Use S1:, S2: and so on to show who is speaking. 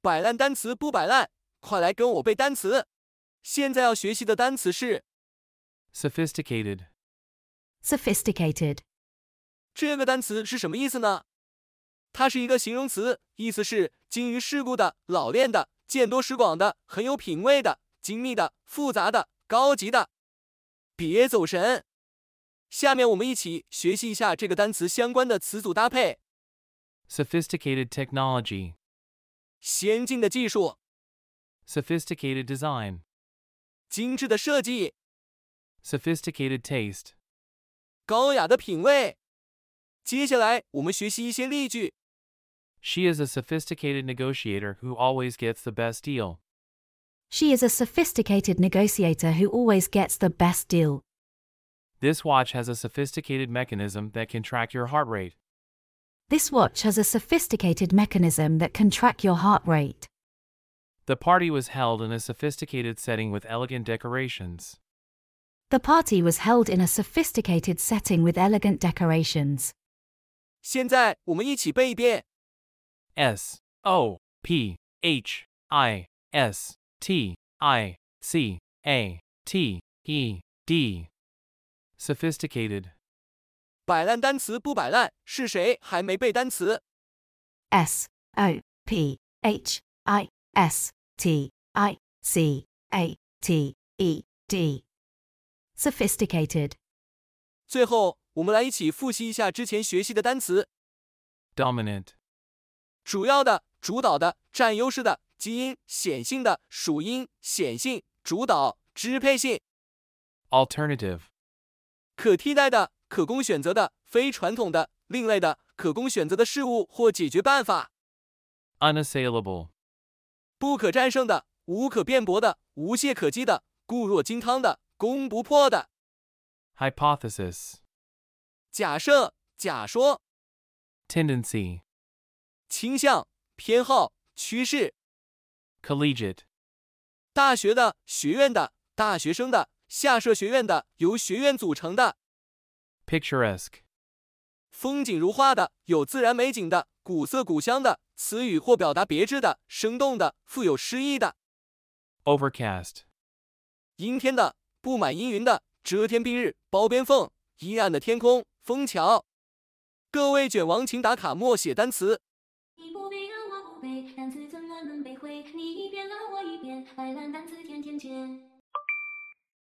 S1: 摆烂单词不摆烂，快来跟我背单词。现在要学习的单词是
S2: sophisticated,
S3: sophisticated,
S1: 这个单词是什么意思呢？它是一个形容词，意思是精于世故的、老练的、见多识广的、很有品味的、精密的、复杂的、高级的。别走神，下面我们一起学习一下这个单词相关的词组搭配：
S2: sophisticated technology,
S1: 先进的技术、
S2: sophisticated design,
S1: 精致的设计、
S2: sophisticated taste,
S1: 高雅的品味。接下来我们学习一些例句。
S2: She is a sophisticated negotiator who always gets the best deal.
S3: She is a sophisticated negotiator who always gets the best deal.
S2: This watch has a sophisticated mechanism that can track your heart rate.
S3: This watch has a sophisticated mechanism that can track your heart rate.
S2: The party was held in a sophisticated setting with elegant decorations.
S3: The party was held in a sophisticated setting with elegant decorations.
S1: 现在我们一起背一遍。
S2: S O P H I S T I C A T E D. Sophisticated.
S1: 摆烂单词不摆烂，是谁还没背单词？
S3: S O P H I S T I C A T E D. Sophisticated.
S1: 最后，我们来一起复习一下之前学习的单词：
S2: Dominant.
S1: 主要的、主导的、占优势的、基因显性的、属因显性、主导、支配性、
S2: Alternative.
S1: 可替代的、可供选择的、非传统的、另类的、可供选择的事物或解决办法、
S2: Unassailable.
S1: 不可战胜的、无可辩驳的、无懈可击的、固若金汤的、攻不破的。
S2: Hypothesis.
S1: 假设、假说、
S2: Tendency.
S1: 倾向、偏好、趋势。
S2: Collegiate.
S1: 大学的、学院的、大学生的、下设学院的、由学院组成的、
S2: Picturesque.
S1: 风景如画的、有自然美景的、古色古香的、词语或表达别致的、生动的、富有诗意的、
S2: Overcast.
S1: 阴天的、布满阴云的、遮天蔽日、包边缝、阴暗的天空、枫桥。各位卷王，请打卡默写单词。
S4: 你不背啊，我不背，单词怎么能背会？你一遍啊，我一遍，摆烂单词天天见。